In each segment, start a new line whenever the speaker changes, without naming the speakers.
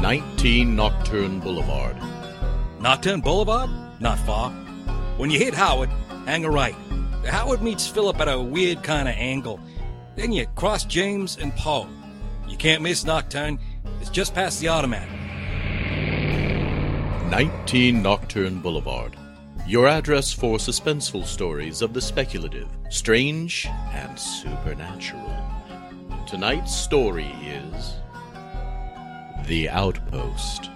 19 Nocturne Boulevard.
Nocturne Boulevard? Not far. When you hit Howard, hang a right. Howard meets Philip at a weird kind of angle. Then you cross James and Paul. You can't miss Nocturne. It's just past the automat.
19 Nocturne Boulevard. Your address for suspenseful stories of the speculative, strange, and supernatural. Tonight's story is. The Outpost.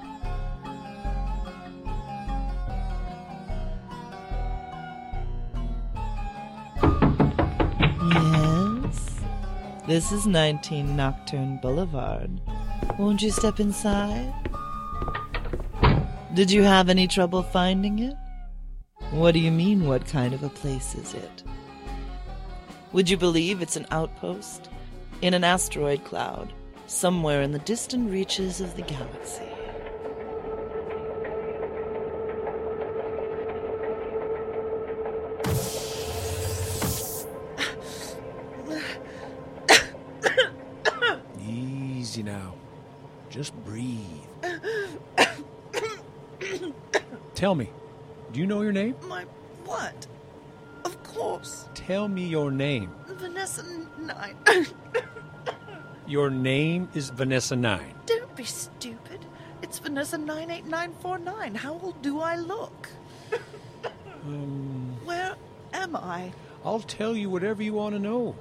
Yes. This is 19 Nocturne Boulevard. Won't you step inside? Did you have any trouble finding it? What do you mean, what kind of a place is it? Would you believe it's an outpost? In an asteroid cloud, somewhere in the distant reaches of the galaxy.
Easy now. Just breathe. Tell me, do you know your name?
My what? Of course,
Tell me your name.
Vanessa Nine.
Your name is Vanessa Nine.
Don't be stupid. It's Vanessa nine eight nine four nine. How old do I look? Where am I?
I'll tell you whatever you want to know.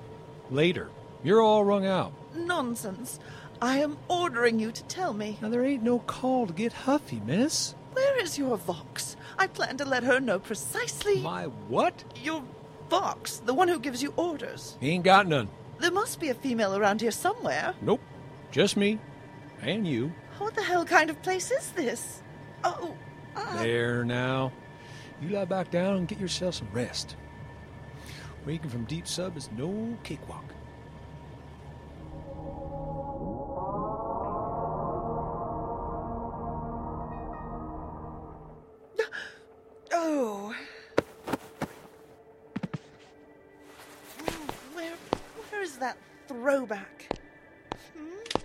Later. You're all wrung out.
Nonsense. I am ordering you to tell me.
Now, there ain't no call to get huffy, miss.
Where is your Vox? I plan to let her know precisely
My what?
your Vox, the one who gives you orders.
He ain't got none.
There must be a female around here somewhere.
Nope. Just me. And you.
What the hell kind of place is this? Oh, ah,
There now. You lie back down and get yourself some rest. Waking from deep sub is no cakewalk.
Oh. Where, where is that throwback? Hmm?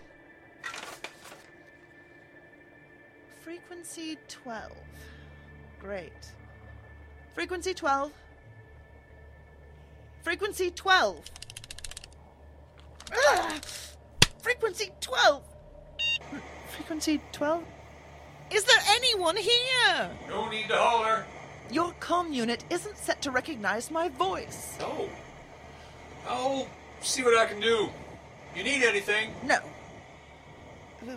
Frequency 12. Great. Frequency 12. Frequency 12. Ah! Frequency 12. Frequency 12? Is there anyone here?
No need to holler.
Your comm unit isn't set to recognize my voice.
No. I'll see what I can do. You need anything?
No. Uh,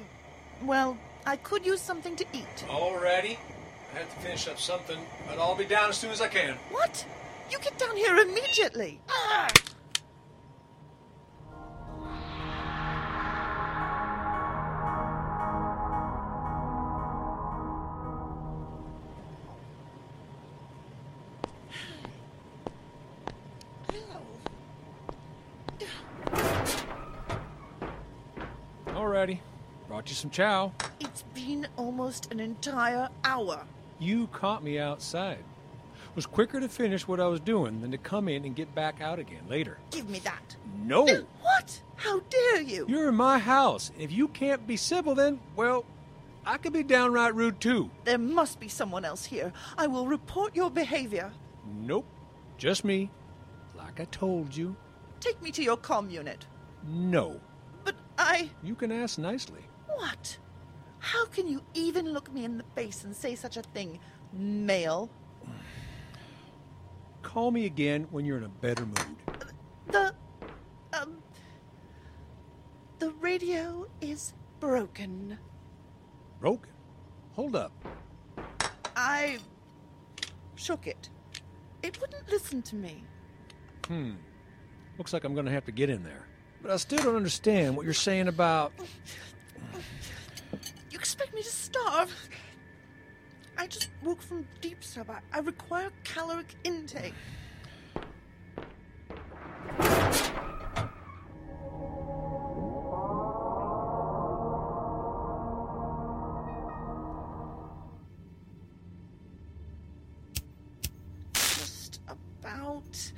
Well, I could use something to eat.
Alrighty. I have to finish up something, but I'll be down as soon as I can.
What? You get down here immediately.
Alrighty. Brought you some chow.
It's been almost an entire hour.
You caught me outside. Was quicker to finish what I was doing than to come in and get back out again later.
Give me that.
No.
Then What? How dare you?
You're in my house. If you can't be civil, then, well, I could be downright rude too.
There must be someone else here. I will report your behavior.
Nope. Just me. Like I told you.
Take me to your comm unit.
No.
But I.
You can ask nicely.
What? How can you even look me in the face and say such a thing, male?
Call me again when you're in a better mood.
The um the radio is broken.
Broken. Hold up.
I shook it. It wouldn't listen to me.
Looks like I'm going to have to get in there. But I still don't understand what you're saying about.
expect me to starve? I just woke from deep sub. I, I require caloric intake. Just about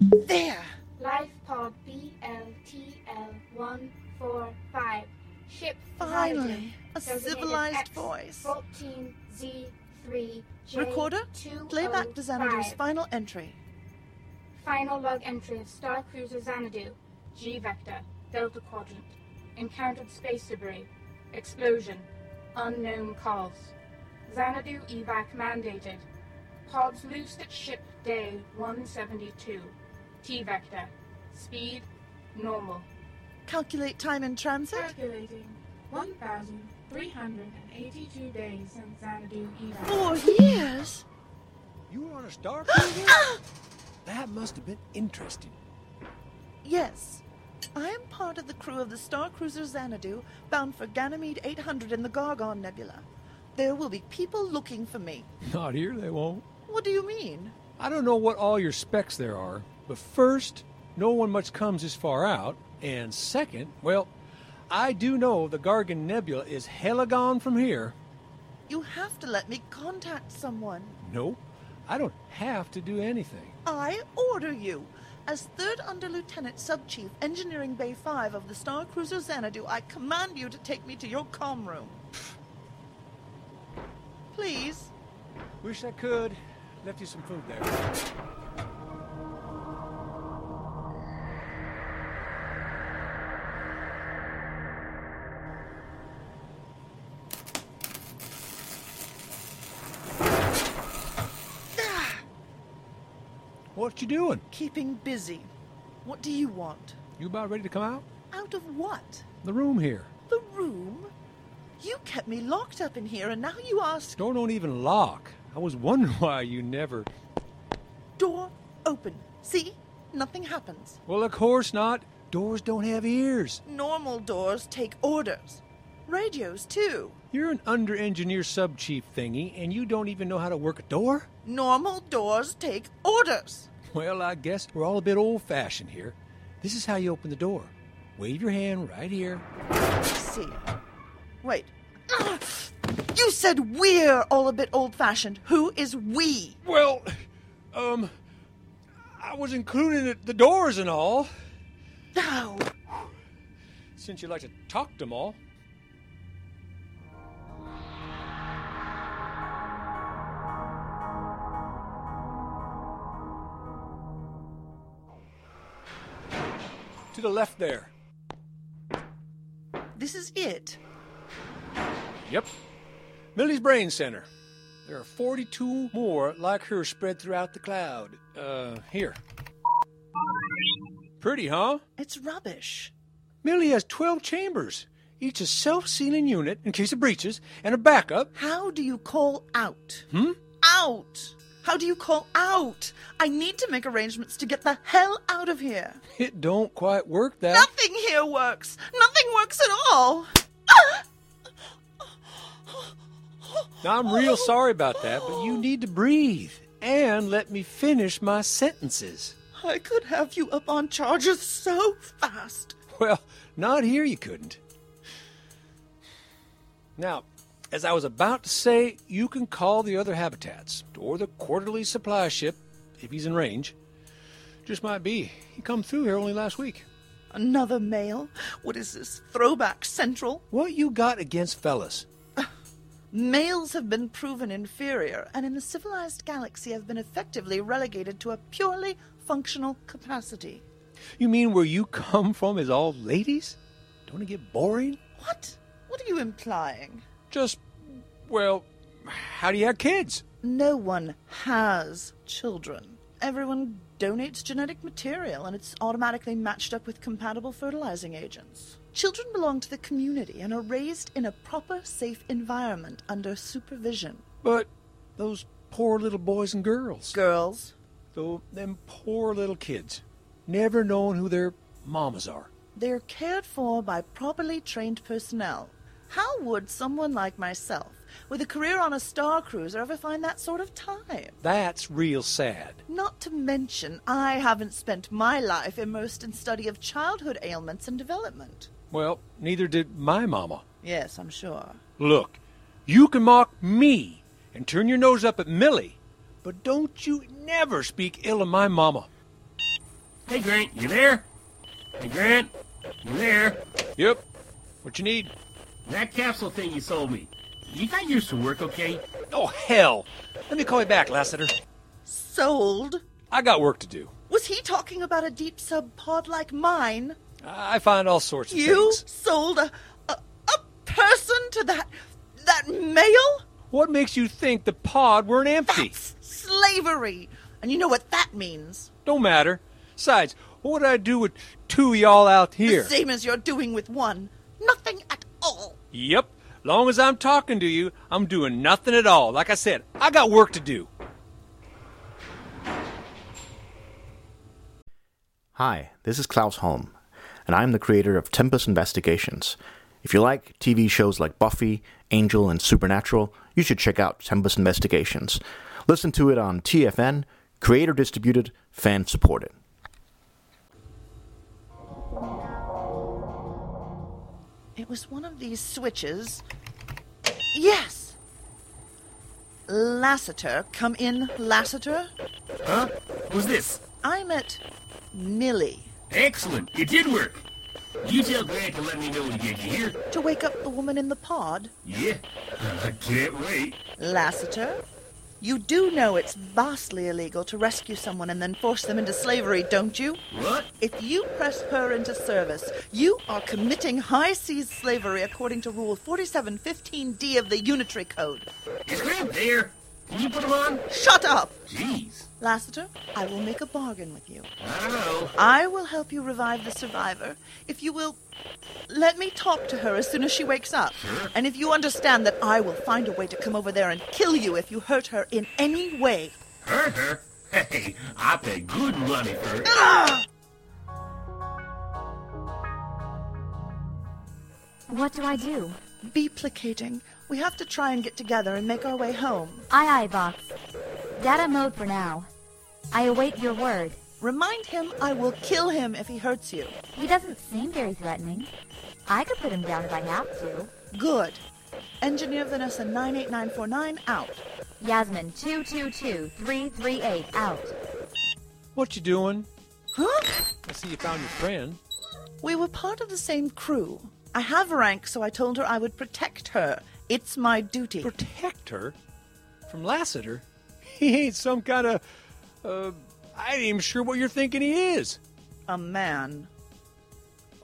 there.
Lifepod BLTL145. Ship
Finally,
Horizon.
a
Designated
civilized
X
voice.
14Z3J.
Recorder,
oh
play back to
205.
Xanadu's final entry.
Final log entry of Star Cruiser Xanadu, G Vector, Delta Quadrant. Encountered space debris. Explosion. Unknown cause. Xanadu evac mandated. Pods loosed at ship day 172. T Vector. Speed normal.
Calculate time in transit.
Calculating 1,382 days since Xanadu evac.
Four years?
You were on a star cruiser? that must have been interesting.
Yes. I am part of the crew of the Star Cruiser Xanadu, bound for Ganymede 800 in the Gargon Nebula. There will be people looking for me.
Not here, they won't.
What do you mean?
I don't know what all your specs there are, but first, no one much comes this far out, and second, well, I do know the Gargan Nebula is hella gone from here.
You have to let me contact someone.
Nope, I don't have to do anything.
I order you. As 3rd Under Lieutenant Sub Chief, Engineering Bay 5 of the Star Cruiser Xanadu, I command you to take me to your com room. Please.
Wish I could. Left you some food there. What you doing?
Keeping busy. What do you want?
You about ready to come out?
Out of what?
The room here.
The room? You kept me locked up in here, and now you ask.
Door don't even lock. I was wondering why you never.
Door open. See? Nothing happens.
Well, of course not. Doors don't have ears.
Normal doors take orders. Radios, too.
You're an under engineer sub chief thingy, and you don't even know how to work a door?
Normal doors take orders.
Well, I guess we're all a bit old fashioned here. This is how you open the door wave your hand right here.
See? Wait. Ugh! You said we're all a bit old fashioned. Who is we?
Well, um, I was including the- the doors and all,
Thou.
since you like to talk to them all. To the left there.
This is it.
Yep. Millie's Brain Center. There are 42 more like her spread throughout the cloud. Uh, here. Pretty, huh?
It's rubbish.
Millie has 12 chambers, each a self sealing unit in case of breaches, and a backup.
How do you call out?
Hmm?
Out! How do you call out? I need to make arrangements to get the hell out of here.
It don't quite work that.
Nothing here works. Nothing works at all.
Now, I'm real sorry about that, but you need to breathe and let me finish my sentences.
I could have you up on charges so fast.
Well, not here you couldn't. Now, as I was about to say, you can call the other habitats or the quarterly supply ship if he's in range. Just might be. He come through here only last week.
Another male? What is this? Throwback Central?
What you got against fellas?
Males have been proven inferior, and in the civilized galaxy have been effectively relegated to a purely functional capacity.
You mean where you come from is all ladies? Don't it get boring?
What? What are you implying?
Just, well, how do you have kids?
No one has children. Everyone donates genetic material and it's automatically matched up with compatible fertilizing agents. Children belong to the community and are raised in a proper, safe environment under supervision.
But those poor little boys and girls.
Girls,
Though them poor little kids, never knowing who their mamas are.
they're cared for by properly trained personnel. How would someone like myself, with a career on a star cruiser, ever find that sort of time?
That's real sad.
Not to mention, I haven't spent my life immersed in study of childhood ailments and development.
Well, neither did my mama.
Yes, I'm sure.
Look, you can mock me and turn your nose up at Millie, but don't you never speak ill of my mama.
Hey, Grant, you there? Hey, Grant, you there?
Yep. What you need?
That capsule thing you sold me. You got yours to work, okay?
Oh, hell. Let me call you back, Lassiter.
Sold?
I got work to do.
Was he talking about a deep sub pod like mine?
I find all sorts of
You
things.
sold a, a, a person to that that male?
What makes you think the pod weren't empty?
That's slavery. And you know what that means.
Don't matter. Besides, what would I do with two of y'all out here?
The same as you're doing with one. Nothing at all.
Yep. Long as I'm talking to you, I'm doing nothing at all. Like I said, I got work to do.
Hi, this is Klaus Holm, and I'm the creator of Tempest Investigations. If you like TV shows like Buffy, Angel, and Supernatural, you should check out Tempest Investigations. Listen to it on TFN, creator distributed, fan supported.
It was one of these switches. Yes. Lassiter, come in, Lassiter.
Huh? Who's this?
I met Millie
Excellent. It did work. You tell Grant to let me know when you get here.
to wake up the woman in the pod.
Yeah. I can't wait.
Lassiter, you do know it's vastly illegal to rescue someone and then force them into slavery, don't you?
What?
If you press her into service, you are committing high seas slavery according to Rule 4715D of the Unitary Code.
Is Grant there? Can you put him on?
Shut up!
Jeez.
Lassiter, I will make a bargain with you.
I don't know.
I will help you revive the survivor if you will let me talk to her as soon as she wakes up. And if you understand that I will find a way to come over there and kill you if you hurt her in any way.
Hurt her? Hey, I pay good money for it.
What do I do?
Beplicating. We have to try and get together and make our way home.
Aye aye, Box. Data mode for now. I await your word.
Remind him I will kill him if he hurts you.
He doesn't seem very threatening. I could put him down if I have to.
Good. Engineer Vanessa 98949 out.
Yasmin 222338 out.
What you doing?
Huh?
I see you found your friend.
We were part of the same crew. I have rank, so I told her I would protect her. It's my duty.
Protect her from Lassiter. He ain't some kind of. Uh, I ain't even sure what you're thinking he is.
a man.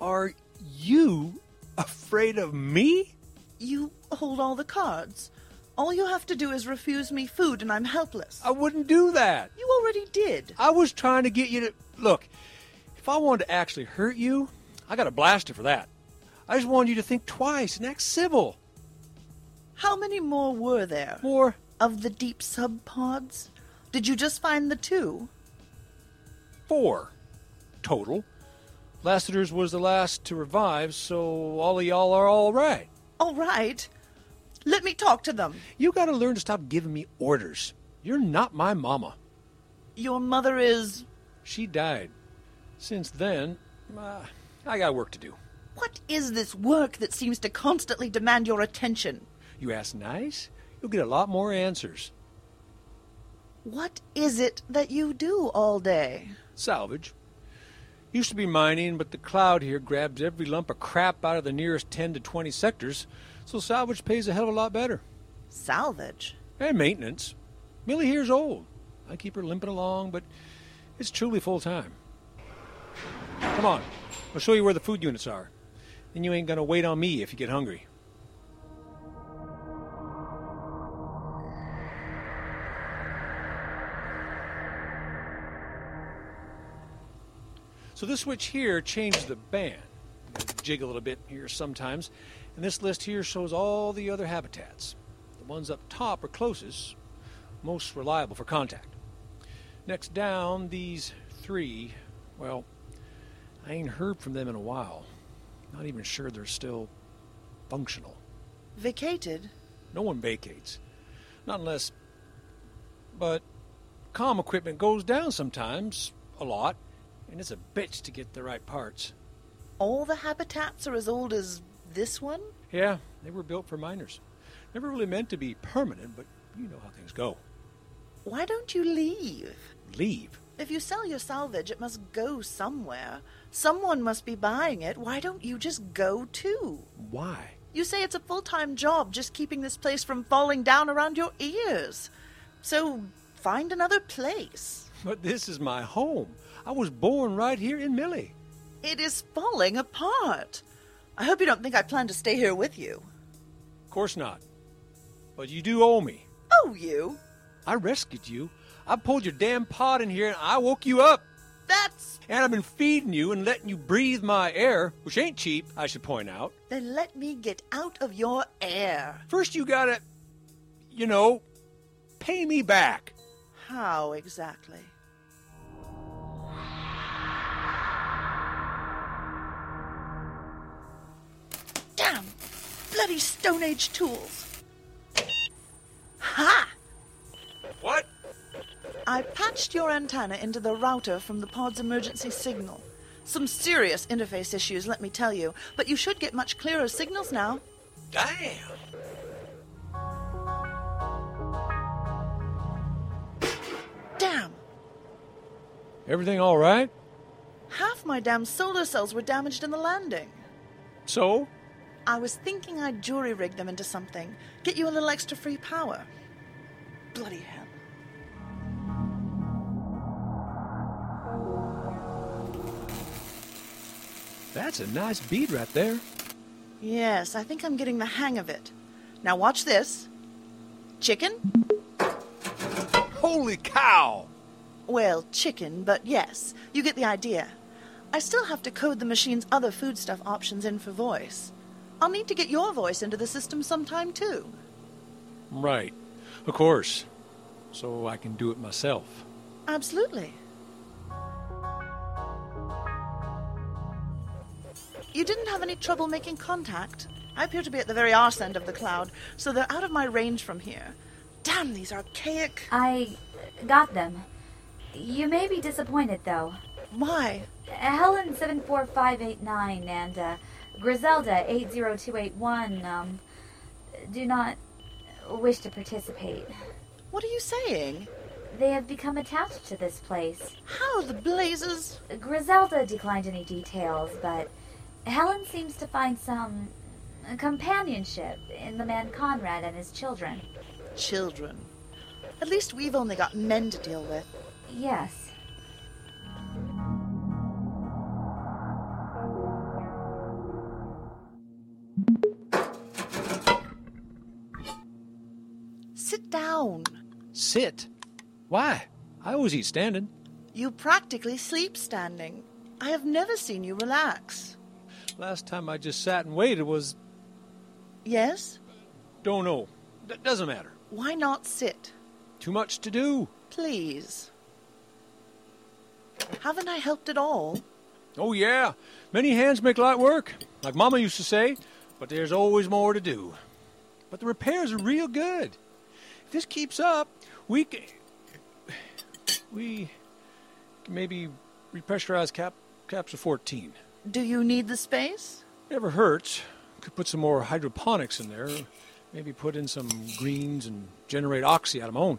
Are you afraid of me?
You hold all the cards. All you have to do is refuse me food, and I'm helpless.
I wouldn't do that.
You already did.
I was trying to get you to look. If I wanted to actually hurt you, I got a blaster for that. I just wanted you to think twice and act civil.
How many more were there?
More.
Of the deep sub pods? Did you just find the two?
four total. Lassiter's was the last to revive, so all of y'all are all right.
All right. Let me talk to them.
You gotta learn to stop giving me orders. You're not my mama.
Your mother is.
She died. Since then, uh, I got work to do.
What is this work that seems to constantly demand your attention?
You ask nice, you'll get a lot more answers.
What is it that you do all day?
Salvage. Used to be mining, but the cloud here grabs every lump of crap out of the nearest 10 to 20 sectors, so salvage pays a hell of a lot better.
Salvage.
And maintenance. Millie here's old. I keep her limping along, but it's truly full time. Come on, I'll show you where the food units are. Then you ain't gonna wait on me if you get hungry. So this switch here changes the band. Jig a little bit here sometimes, and this list here shows all the other habitats. The ones up top are closest, most reliable for contact. Next down, these three, well, I ain't heard from them in a while. Not even sure they're still functional.
Vacated?
No one vacates. Not unless. But comm equipment goes down sometimes, a lot, and it's a bitch to get the right parts.
All the habitats are as old as this one?
Yeah, they were built for miners. Never really meant to be permanent, but you know how things go.
Why don't you leave?
Leave.
If you sell your salvage, it must go somewhere. Someone must be buying it. Why don't you just go too?
Why?
You say it's a full time job just keeping this place from falling down around your ears. So find another place.
But this is my home. I was born right here in Millie.
It is falling apart. I hope you don't think I plan to stay here with you.
Of course not. But you do owe me.
Oh, you?
I rescued you. I pulled your damn pod in here and I woke you up.
That's.
And I've been feeding you and letting you breathe my air, which ain't cheap, I should point out.
Then let me get out of your air.
First, you gotta, you know, pay me back.
How exactly? Damn! Bloody Stone Age tools! Ha!
What?
I patched your antenna into the router from the pod's emergency signal. Some serious interface issues, let me tell you, but you should get much clearer signals now.
Damn!
Damn!
Everything all right?
Half my damn solar cells were damaged in the landing.
So?
I was thinking I'd jury rig them into something, get you a little extra free power. Bloody hell.
That's a nice bead right there.
Yes, I think I'm getting the hang of it. Now watch this. Chicken?
Holy cow!
Well, chicken, but yes, you get the idea. I still have to code the machine's other foodstuff options in for voice. I'll need to get your voice into the system sometime, too.
Right. Of course. So I can do it myself.
Absolutely. You didn't have any trouble making contact. I appear to be at the very arse end of the cloud, so they're out of my range from here. Damn these archaic.
I got them. You may be disappointed, though.
Why?
Helen 74589 and uh, Griselda 80281 um, do not wish to participate.
What are you saying?
They have become attached to this place.
How the blazes?
Griselda declined any details, but Helen seems to find some companionship in the man Conrad and his children.
Children. At least we've only got men to deal with.
Yes.
Sit down.
Sit? Why? I always eat standing.
You practically sleep standing. I have never seen you relax.
Last time I just sat and waited was.
Yes?
Don't know. D- doesn't matter.
Why not sit?
Too much to do.
Please. Haven't I helped at all?
Oh, yeah. Many hands make light work, like Mama used to say, but there's always more to do. But the repairs are real good. If this keeps up, we can. We. can maybe repressurize cap, capsule 14.
Do you need the space?
Never hurts. Could put some more hydroponics in there. Maybe put in some greens and generate oxy out of my own.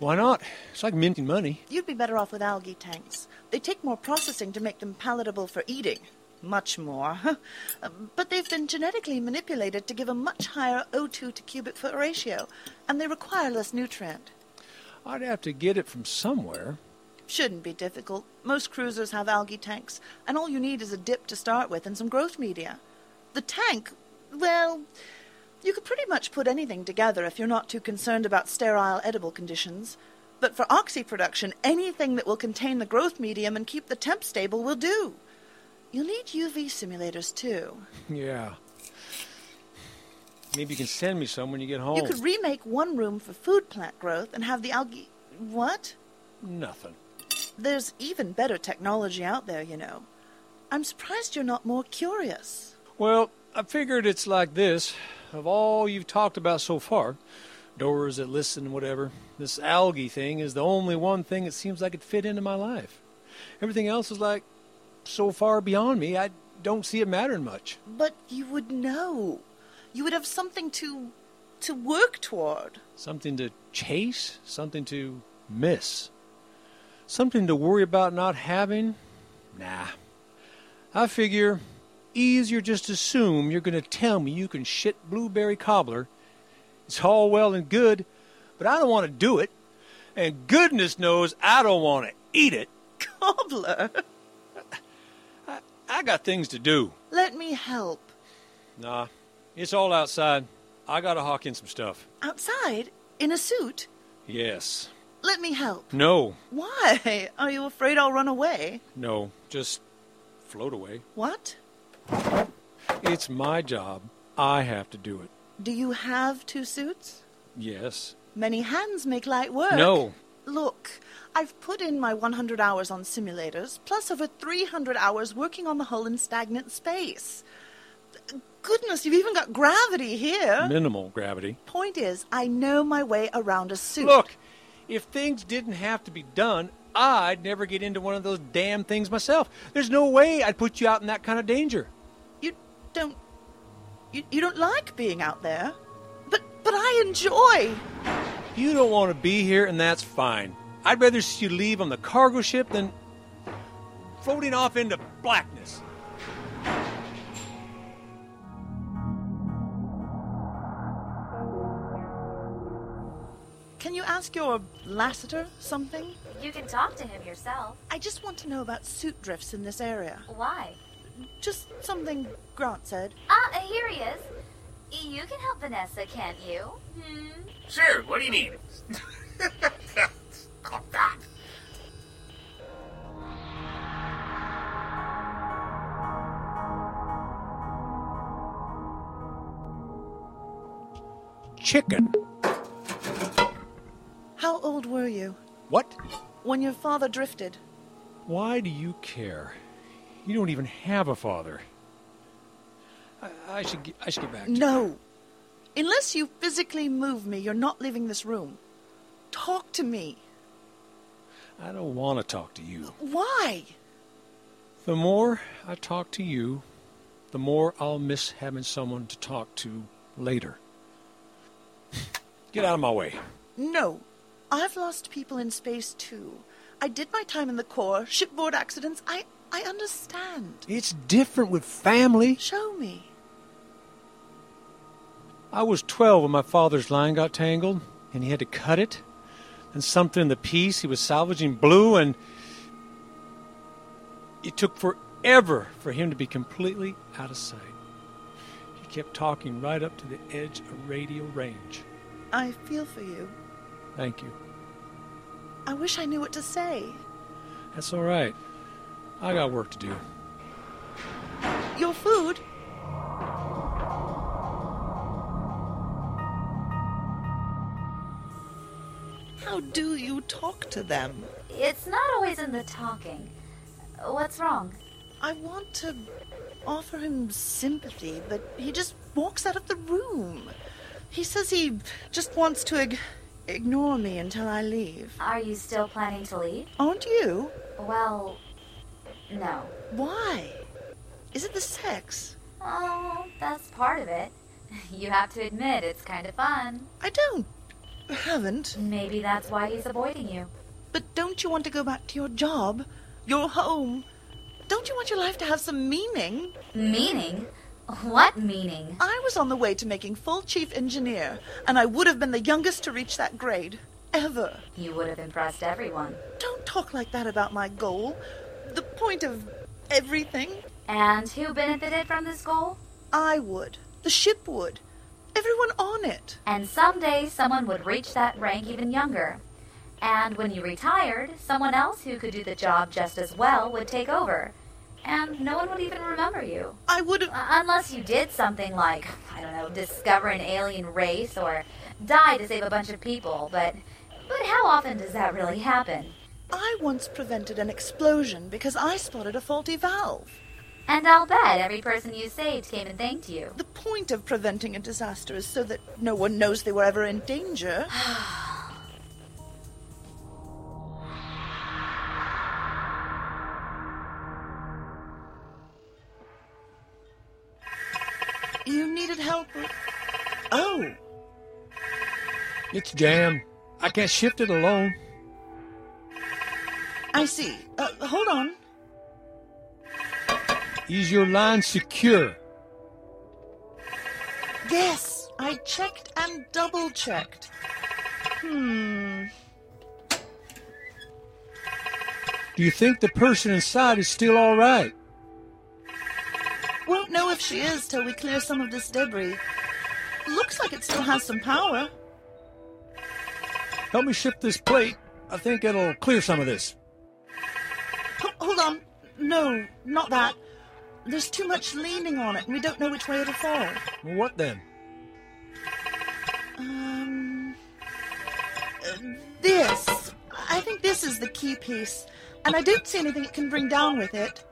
Why not? It's like minting money.
You'd be better off with algae tanks. They take more processing to make them palatable for eating. Much more. Um, but they've been genetically manipulated to give a much higher O2 to cubic foot ratio, and they require less nutrient.
I'd have to get it from somewhere.
Shouldn't be difficult. Most cruisers have algae tanks, and all you need is a dip to start with and some growth media. The tank, well, you could pretty much put anything together if you're not too concerned about sterile edible conditions. But for oxy production, anything that will contain the growth medium and keep the temp stable will do. You'll need UV simulators too.
Yeah. Maybe you can send me some when you get home.
You could remake one room for food plant growth and have the algae. What?
Nothing.
There's even better technology out there, you know. I'm surprised you're not more curious.
Well, I figured it's like this. of all you've talked about so far, doors that listen, whatever, this algae thing is the only one thing that seems like it fit into my life. Everything else is like so far beyond me, I don't see it mattering much.
But you would know. You would have something to to work toward.
Something to chase, something to miss, something to worry about not having? Nah. I figure easier just assume you're going to tell me you can shit blueberry cobbler. It's all well and good, but I don't want to do it. And goodness knows I don't want to eat it.
Cobbler,
I got things to do.
let me help.
Nah, it's all outside. I got to hawk in some stuff.
Outside, in a suit,
Yes.
let me help.
No,
Why? Are you afraid I'll run away?
no, just float away.
What?
It's my job. I have to do it.
Do you have two suits?
Yes.
Many hands make light work.
No.
Look, I've put in my 100 hours on simulators, plus over 300 hours working on the hull in stagnant space. Goodness, you've even got gravity here.
Minimal gravity.
Point is, I know my way around a suit.
Look, if things didn't have to be done, I'd never get into one of those damn things myself. There's no way I'd put you out in that kind of danger.
you don't, you, you don't like being out there, but but I enjoy.
You don't want to be here, and that's fine. I'd rather see you leave on the cargo ship than floating off into blackness.
Can you ask your Lassiter something?
You can talk to him yourself.
I just want to know about suit drifts in this area.
Why?
Just something Grant said.
Ah, here he is. You can help Vanessa, can't you? Hmm.
Sure, what do you need? oh, God.
Chicken.
How old were you
What?
when your father drifted?
Why do you care? You don't even have a father. I, I should get, I should get back. To
No. Unless you physically move me, you're not leaving this room. Talk to me.
I don't want to talk to you.
Why?
The more I talk to you, the more I'll miss having someone to talk to later. Get out of my way.
No. I've lost people in space too. I did my time in the Corps, shipboard accidents. I, I understand.
It's different with family.
Show me.
I was 12 when my father's line got tangled and he had to cut it. And something in the piece he was salvaging blew, and it took forever for him to be completely out of sight. He kept talking right up to the edge of radio range.
I feel for you.
Thank you.
I wish I knew what to say.
That's all right. I got work to do.
Your food?
How do you talk to them?
It's not always in the talking. What's wrong?
I want to offer him sympathy, but he just walks out of the room. He says he just wants to ig- ignore me until I leave.
Are you still planning to leave?
Aren't you?
Well, no.
Why? Is it the sex?
Oh, that's part of it. You have to admit it's kind of fun.
I don't. Haven't.
Maybe that's why he's avoiding you.
But don't you want to go back to your job? Your home? Don't you want your life to have some meaning?
Meaning? What meaning?
I was on the way to making full chief engineer, and I would have been the youngest to reach that grade. Ever.
You would have impressed everyone.
Don't talk like that about my goal. The point of everything.
And who benefited from this goal?
I would. The ship would. Everyone on it.
And someday someone would reach that rank even younger. And when you retired, someone else who could do the job just as well would take over. And no one would even remember you.
I would have.
Uh, Unless you did something like, I don't know, discover an alien race or die to save a bunch of people, but but how often does that really happen?
I once prevented an explosion because I spotted a faulty valve.
And I'll bet every person you saved came and thanked you.
The point of preventing a disaster is so that no one knows they were ever in danger. you needed help with. Oh!
It's jammed. I can't shift it alone.
I see. Uh, hold on.
Is your line secure?
Yes, I checked and double checked. Hmm.
Do you think the person inside is still all right?
Won't know if she is till we clear some of this debris. Looks like it still has some power.
Help me shift this plate. I think it'll clear some of this.
Ho- hold on. No, not that. There's too much leaning on it, and we don't know which way it'll fall.
Well, what then?
Um. uh, This. I think this is the key piece. And I don't see anything it can bring down with it.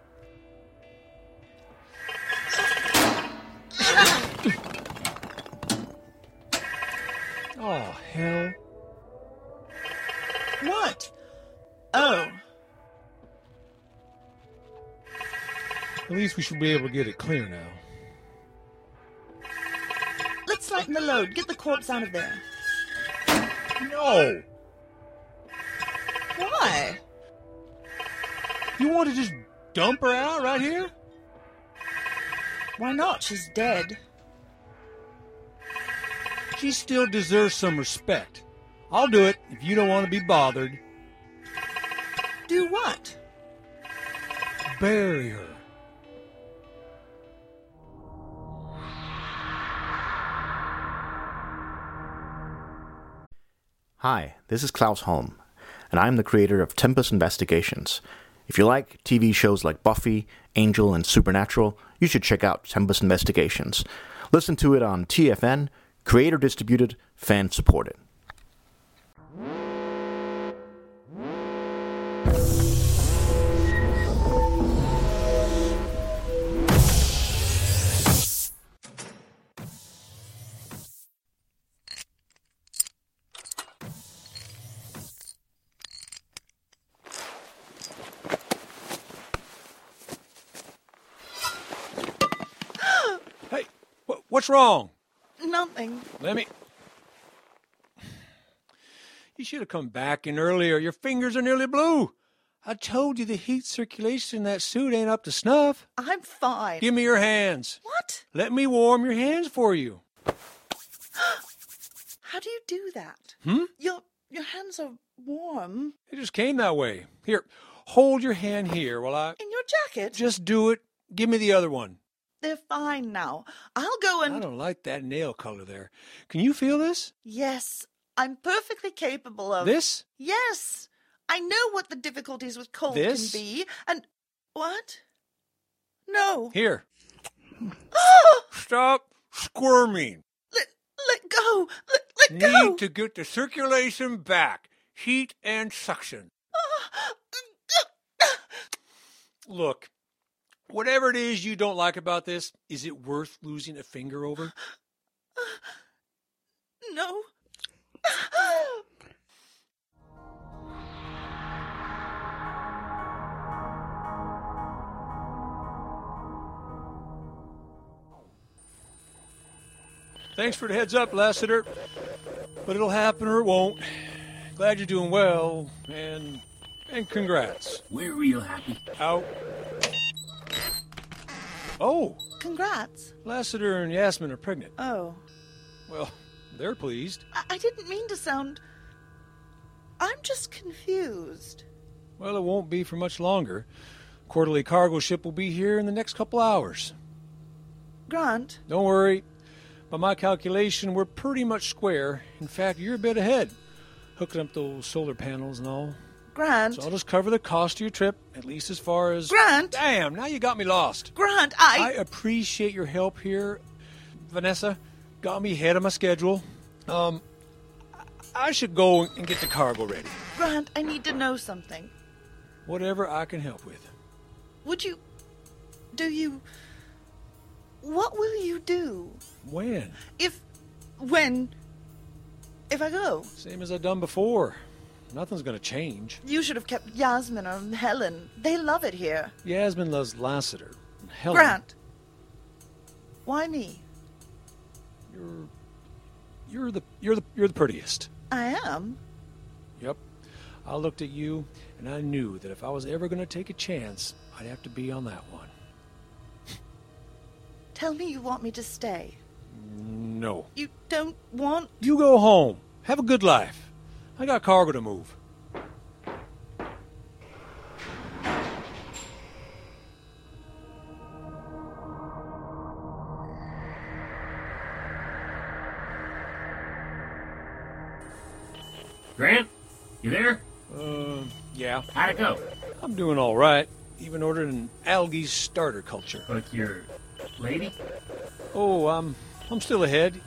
Oh, hell.
What? Oh.
At least we should be able to get it clear now.
Let's lighten the load. Get the corpse out of there.
No!
Why?
You want to just dump her out right here?
Why not? She's dead.
She still deserves some respect. I'll do it if you don't want to be bothered.
Do what?
Bury her.
Hi, this is Klaus Holm, and I'm the creator of Tempest Investigations. If you like TV shows like Buffy, Angel, and Supernatural, you should check out Tempest Investigations. Listen to it on TFN, creator distributed, fan supported.
Hey, wh- what's wrong?
Nothing.
Let me. You should have come back in earlier. Your fingers are nearly blue. I told you the heat circulation in that suit ain't up to snuff.
I'm fine.
Give me your hands.
What?
Let me warm your hands for you.
How do you do that?
Hmm?
Your your hands are warm
It just came that way. Here, hold your hand here while I.
in your jacket.
Just do it. Give me the other one.
They're fine now. I'll go
I
and
don't like that nail color there. Can you feel this?
yes, I'm perfectly capable of
This?
Yes, I know what the difficulties with cold
This?
can be. And what? No.
Here.
Ah!
Stop squirming.
let let go. Let, let go.
Need to get the circulation back. Heat and suction.
Ah!
Look, whatever it is you don't like about this, is it worth losing a finger over?
No.
Thanks for the heads up, Lassiter. But it'll happen or it won't. Glad you're doing well, and and congrats.
We're real happy.
Out. Oh,
Congrats.
Lassiter and Yasmin are pregnant.
Oh,
Well, they're pleased.
I, I didn't mean to sound. I'm just confused.
Well, it won't be for much longer. Quarterly cargo ship will be here in the next couple hours.
Grant,
Don't worry. By my calculation, we're pretty much square. In fact, you're a bit ahead, hooking up those solar panels and all.
Grant,
So I'll just cover the cost of your trip, at least as far as.
Grant!
Damn, now you got me lost.
Grant,
I
I.
appreciate your help here, Vanessa. Got me ahead of my schedule. Um, I I should go and get the cargo ready.
Grant, I need to know something.
Whatever I can help with.
Would you
do you. What will you do
When?
if. when. if I go?
Same as I've done before. Nothing's gonna change.
You should have kept Yasmin or Helen. They love it here.
Yasmin loves Lassiter. and Helen,
Grant. Why me?
you're you're the you're the you're the prettiest.
I am.
Yep. I looked at you and I knew that if I was ever gonna take a chance, I'd have to be on that one.
Tell me you want me to stay.
No.
You don't want.
You go home. Have a good life. I got cargo to move.
Grant, you there?
Uh, yeah.
How'd it go?
I'm doing all right. Even ordered an algae starter culture.
With your lady?
Oh, I'm I'm still ahead,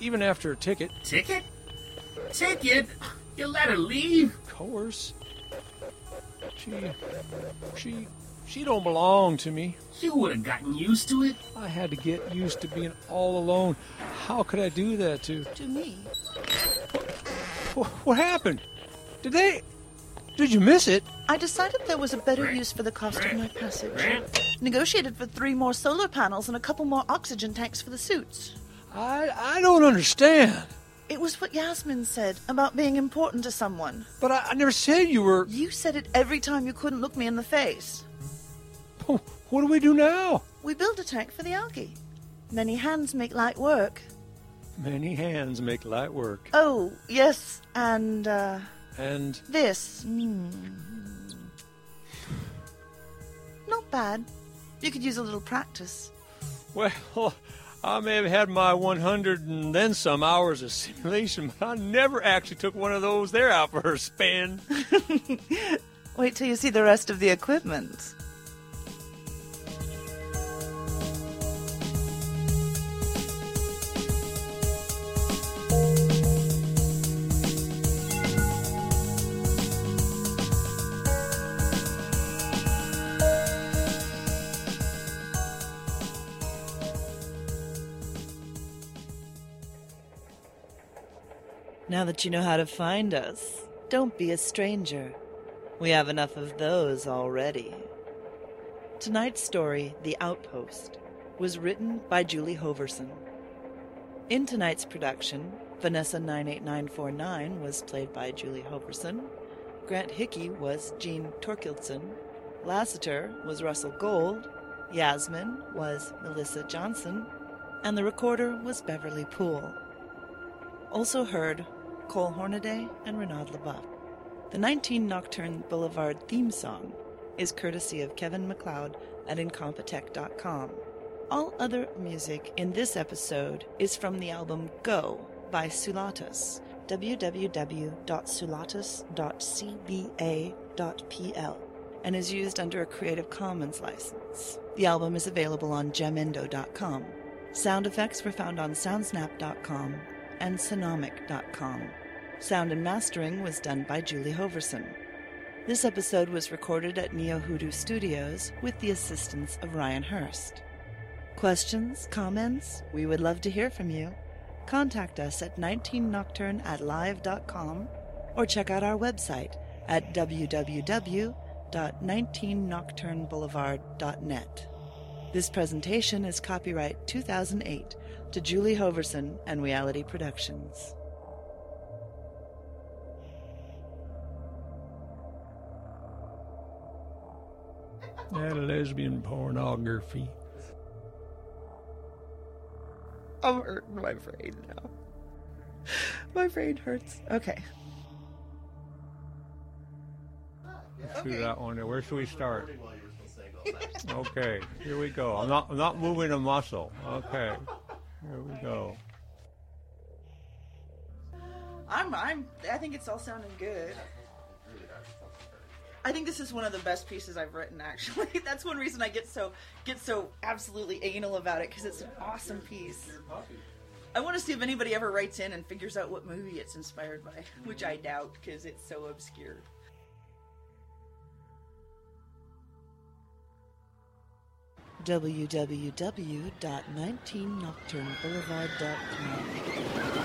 even after a ticket.
Ticket? Ticket? You let her leave?
Of course. She she she don't belong to me.
You would have gotten used to it.
I had to get used to being all alone. How could I do that to?
To me.
Wh- What happened? Did they? Did you miss it?
I decided there was a better use for the cost of my passage.
Grant,
Negotiated for three more solar panels and a couple more oxygen tanks for the suits.
I I don't understand.
It was what Yasmin said about being important to someone.
But I, I never said you were.
You said it every time you couldn't look me in the face.
What do we do now?
We build a tank for the algae. Many hands make light work.
Many hands make light work.
Oh, yes, and uh,
And
this. Hmm. Not bad. You could use a little practice.
well, I may have had my 100 and then some hours of simulation, but I never actually took one of those there out for a spin.
Wait till you see the rest of the equipment.
Now that you know how to find us, don't be a stranger. We have enough of those already. Tonight's story, The Outpost, was written by Julie Hoverson. In tonight's production, Vanessa 98949 was played by Julie Hoverson, Grant Hickey was Jean Torkildson, Lassiter was Russell Gold, Yasmin was Melissa Johnson, and the recorder was Beverly Poole also heard Cole Hornaday and Renaud Leboeuf. The 19 Nocturne Boulevard theme song is courtesy of Kevin McLeod at Incompetech.com. All other music in this episode is from the album Go by Sulatus, www.sulatus.cba.pl, and is used under a Creative Commons license. The album is available on gemindo.com. Sound effects were found on soundsnap.com and sonomic.com. Sound and mastering was done by Julie Hoverson. This episode was recorded at Neo Hoodoo Studios with the assistance of Ryan Hurst. Questions, comments? We would love to hear from you. Contact us at 19nocturne at live.com or check out our website at www.19nocturneboulevard.net. This presentation is copyright 2008 to Julie Hoverson and Reality Productions.
Had a lesbian pornography.
I'm hurting my brain now. My brain hurts. Okay.
Through that one there. Where should we start? okay, here we go. I'm not I'm not moving a muscle. Okay. Here we go.
I'm, I'm, I think it's all sounding good. I think this is one of the best pieces I've written, actually. That's one reason I get so get so absolutely anal about it because it's an awesome piece. I want to see if anybody ever writes in and figures out what movie it's inspired by, which I doubt because it's so obscure. www.19nocturneboulevard.com.